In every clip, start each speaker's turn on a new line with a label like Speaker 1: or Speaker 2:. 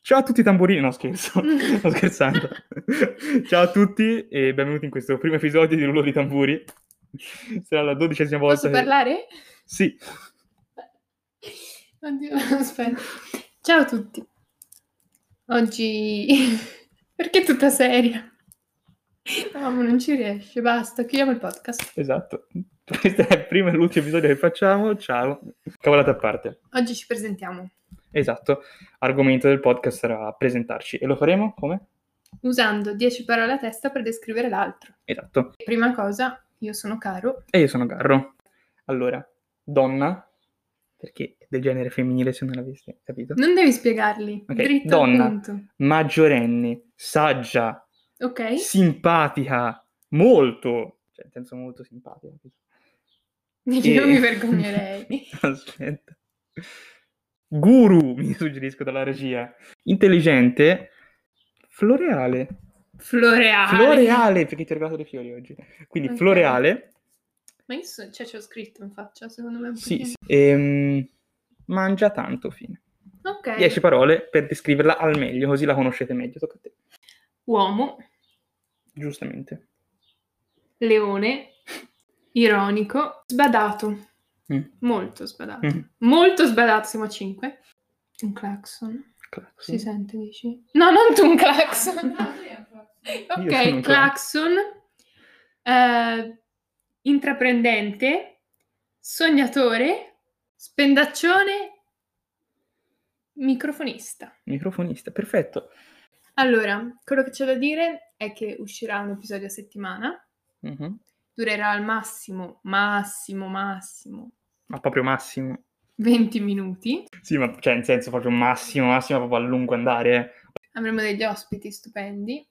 Speaker 1: Ciao a tutti tamburini, no scherzo, sto scherzando. Ciao a tutti e benvenuti in questo primo episodio di Rullo di Tamburi. Sarà la dodicesima volta
Speaker 2: Posso
Speaker 1: che...
Speaker 2: parlare?
Speaker 1: Sì,
Speaker 2: Oddio, aspetta. Ciao a tutti. Oggi... Perché tutta seria? No, ma non ci riesce, basta, chiudiamo il podcast.
Speaker 1: esatto. Questo è il primo e l'ultimo episodio che facciamo, ciao. Cavolate a parte.
Speaker 2: Oggi ci presentiamo
Speaker 1: Esatto, argomento del podcast sarà presentarci. E lo faremo come?
Speaker 2: usando 10 parole a testa per descrivere l'altro.
Speaker 1: Esatto.
Speaker 2: Prima cosa, io sono Caro,
Speaker 1: E io sono Garro. Allora, donna, perché è del genere femminile se non l'aveste capito.
Speaker 2: non devi spiegarli,
Speaker 1: Ok,
Speaker 2: dritto
Speaker 1: donna.
Speaker 2: al punto.
Speaker 1: Maggiorenne, saggia,
Speaker 2: Ok?
Speaker 1: simpatica, molto, cioè nel senso molto simpatica.
Speaker 2: Io
Speaker 1: E-
Speaker 2: mi vergognerei.
Speaker 1: Aspetta. Guru, mi suggerisco dalla regia. Intelligente, floreale.
Speaker 2: Floreale.
Speaker 1: Floreale, perché ti ho regalato dei fiori oggi. Quindi
Speaker 2: Ah, Ok.
Speaker 1: floreale,
Speaker 2: Ma io so, cioè, ci ho scritto in faccia, secondo me è un
Speaker 1: sì,
Speaker 2: pochino-
Speaker 1: sì. Ehm, mangia tanto, fine.
Speaker 2: Ok.
Speaker 1: 10 parole per descriverla al meglio, così la conoscete meglio. Tocca a te.
Speaker 2: Uomo,
Speaker 1: Giustamente.
Speaker 2: leone, ironico, sbadato,
Speaker 1: Mm.
Speaker 2: molto sbadato.
Speaker 1: Mm.
Speaker 2: Molto sbadato, siamo a 5. Un clacson. Si
Speaker 1: Classico.
Speaker 2: sente, dici? No, non tu un clacson.
Speaker 1: Io sono
Speaker 2: ok,
Speaker 1: un
Speaker 2: clacson. eh, intraprendente, sognatore, spendaccione, microfonista.
Speaker 1: Microfonista, perfetto.
Speaker 2: Allora, quello che c'è da dire è che uscirà un episodio a settimana,
Speaker 1: Mhm.
Speaker 2: durerà al massimo, massimo, massimo
Speaker 1: Ma proprio massimo.
Speaker 2: 20 minuti.
Speaker 1: Sì, ma cioè, in senso proprio massimo, massimo, proprio a lungo andare.
Speaker 2: Avremo degli ospiti stupendi.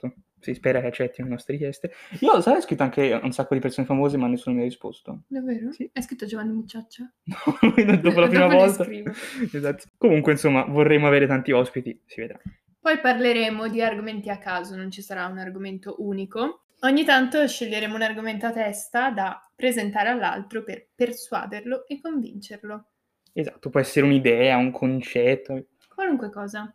Speaker 1: eh. Si spera che accettino le nostre richieste. Io, sai, ho scritto anche un sacco di persone famose, ma nessuno mi ha risposto.
Speaker 2: Davvero?
Speaker 1: Sì.
Speaker 2: Hai scritto Giovanni Mucciaccia?
Speaker 1: Dopo la prima
Speaker 2: Dopo le
Speaker 1: volta.
Speaker 2: scrivo.
Speaker 1: Esatto. Comunque, insomma, vorremmo avere tanti ospiti, si vedrà.
Speaker 2: Poi parleremo di argomenti a caso, non ci sarà un argomento unico. Ogni tanto sceglieremo un argomento a testa da presentare all'altro per persuaderlo e convincerlo.
Speaker 1: Esatto, può essere un'idea, un concetto.
Speaker 2: Qualunque cosa.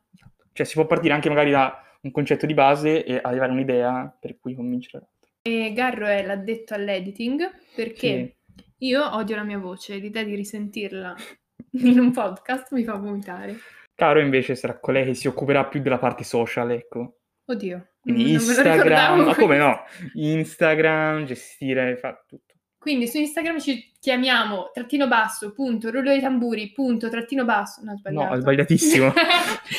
Speaker 1: Cioè, si può partire anche magari da un concetto di base e arrivare a un'idea per cui convincere l'altro.
Speaker 2: E Garro è l'addetto all'editing perché... Io odio la mia voce, l'idea di risentirla in un podcast mi fa vomitare.
Speaker 1: Caro invece sarà colei che si occuperà più della parte social, ecco.
Speaker 2: Oddio,
Speaker 1: Quindi
Speaker 2: Mm, non me lo
Speaker 1: Instagram,
Speaker 2: ricordavo.
Speaker 1: ma come no? Instagram, gestire, fa tutto.
Speaker 2: Quindi su Instagram ci chiamiamo trattino basso, punto, rullo dei tamburi, punto, trattino basso. No, ho
Speaker 1: No,
Speaker 2: sbagliato.
Speaker 1: è sbagliatissimo.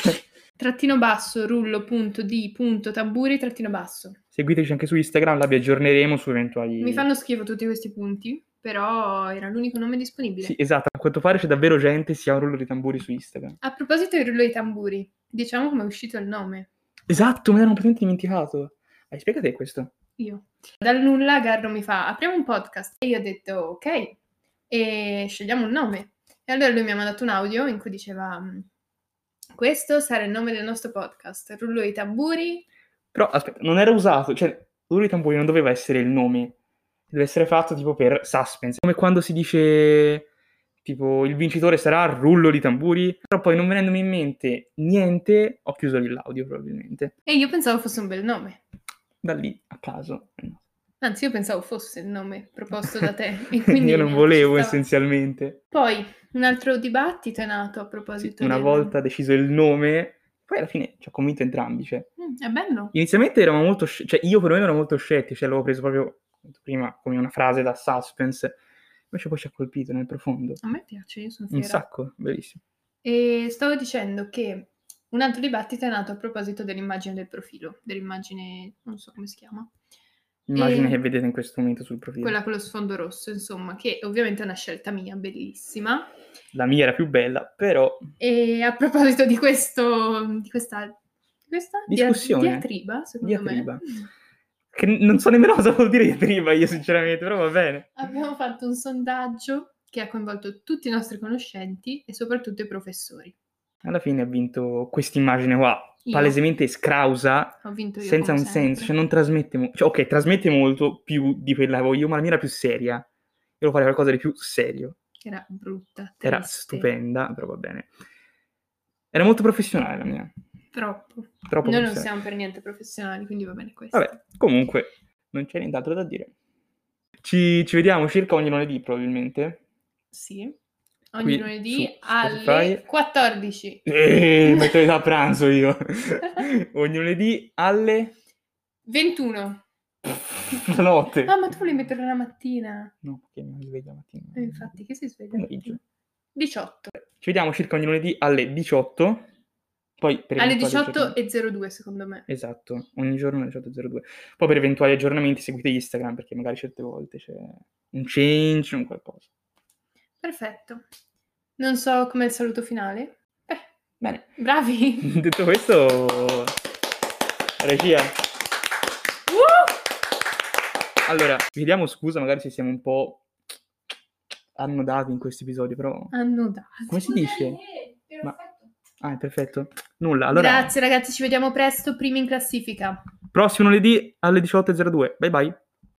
Speaker 2: trattino basso, rullo, punto, di, punto, tamburi, trattino basso.
Speaker 1: Seguiteci anche su Instagram, là vi aggiorneremo su eventuali...
Speaker 2: Mi fanno schifo tutti questi punti, però era l'unico nome disponibile.
Speaker 1: Sì, esatto, a quanto pare c'è davvero gente sia un rullo di tamburi su Instagram.
Speaker 2: A proposito di rullo dei tamburi, diciamo come è uscito il nome.
Speaker 1: Esatto, me l'ero completamente dimenticato. Hai spiegato te questo?
Speaker 2: Io. Dal nulla Garro mi fa, apriamo un podcast. E io ho detto, ok, e scegliamo un nome. E allora lui mi ha mandato un audio in cui diceva, "Mm, questo sarà il nome del nostro podcast, Rullo i tamburi.
Speaker 1: Però, aspetta, non era usato, cioè, rullo di tamburi non doveva essere il nome. Deve essere fatto tipo per suspense. Come quando si dice, tipo, il vincitore sarà rullo di tamburi. Però poi non venendomi in mente niente, ho chiuso lì l'audio probabilmente.
Speaker 2: E io pensavo fosse un bel nome.
Speaker 1: Da lì, a caso.
Speaker 2: Anzi, io pensavo fosse il nome proposto da te. E quindi
Speaker 1: Io non volevo
Speaker 2: ci stava.
Speaker 1: essenzialmente.
Speaker 2: Poi, un altro dibattito è nato a
Speaker 1: Sì,
Speaker 2: proposito
Speaker 1: una
Speaker 2: del-
Speaker 1: volta deciso il nome, poi alla fine ci ho convinto entrambi. Cioè.
Speaker 2: Mm, è bello.
Speaker 1: Inizialmente eravamo molto, sce- cioè io perlomeno ero molto scettico, cioè l'avevo preso proprio prima come una frase da suspense, invece poi ci ha colpito nel profondo.
Speaker 2: A me piace, io sono
Speaker 1: Un
Speaker 2: fiera.
Speaker 1: sacco, bellissimo.
Speaker 2: E stavo dicendo che un altro dibattito è nato a proposito dell'immagine del profilo, dell'immagine, non so come si chiama,
Speaker 1: Immagine
Speaker 2: E-
Speaker 1: che vedete in questo momento sul profilo.
Speaker 2: quella con lo sfondo rosso, insomma, che ovviamente è una scelta mia, bellissima.
Speaker 1: La mia era più bella, però
Speaker 2: E a proposito di questo, di questa, di questa dia-
Speaker 1: Discussione.
Speaker 2: diatriba, secondo
Speaker 1: diatriba.
Speaker 2: me,
Speaker 1: Che n- non so nemmeno cosa vuol dire diatriba io sinceramente, però va bene.
Speaker 2: abbiamo fatto un sondaggio che ha coinvolto tutti i nostri conoscenti e soprattutto i professori.
Speaker 1: Alla fine ha vinto questa immagine qua,
Speaker 2: Io.
Speaker 1: palesemente scrausa,
Speaker 2: Ho vinto io
Speaker 1: senza un
Speaker 2: come
Speaker 1: senso,
Speaker 2: sempre.
Speaker 1: cioè non trasmette molto, cioè ok, trasmette molto più di quella che avevo io, ma la mia era più seria. Io volevo fare qualcosa di più serio.
Speaker 2: Era brutta,
Speaker 1: Era
Speaker 2: triste.
Speaker 1: stupenda, però va bene. Era molto professionale la mia.
Speaker 2: Troppo.
Speaker 1: Troppo
Speaker 2: Noi non
Speaker 1: professionale.
Speaker 2: siamo per niente professionali, quindi va bene questo.
Speaker 1: Vabbè, comunque, non c'è nient'altro da dire. Ci, ci vediamo circa ogni lunedì, probabilmente.
Speaker 2: Sì. Ogni
Speaker 1: Qui
Speaker 2: lunedì
Speaker 1: su
Speaker 2: alle
Speaker 1: Spotify.
Speaker 2: 14.
Speaker 1: Eeeh, Eh, metto l'età a pranzo io. ogni lunedì alle
Speaker 2: 21.
Speaker 1: la notte.
Speaker 2: Ah, ma tu volevi mettere la mattina.
Speaker 1: No, perché mi sveglio la mattina.
Speaker 2: Eh, infatti, che si sveglia? la
Speaker 1: Pomeriggio.
Speaker 2: mattina? 18.
Speaker 1: Ci vediamo circa ogni lunedì alle 18. Poi per
Speaker 2: Alle
Speaker 1: eventuali
Speaker 2: 18
Speaker 1: aggiornamenti-
Speaker 2: e 02 secondo me.
Speaker 1: Esatto, ogni giorno alle 18.02. Poi per eventuali aggiornamenti seguite Instagram perché magari certe volte c'è un change, un qualcosa.
Speaker 2: Perfetto. Non so com'è il saluto finale. Beh,
Speaker 1: Bene,
Speaker 2: bravi.
Speaker 1: detto questo, regia.
Speaker 2: Uh!
Speaker 1: Allora, vi diamo scusa magari se siamo un po' annodati in questo episodio, però...
Speaker 2: Hanno dato.
Speaker 1: Come si dice? Ma- Ah, è perfetto. Nulla, allora...
Speaker 2: Grazie ragazzi, ci vediamo presto, primi in classifica.
Speaker 1: Prossimo lunedì alle 18.02. Bye bye.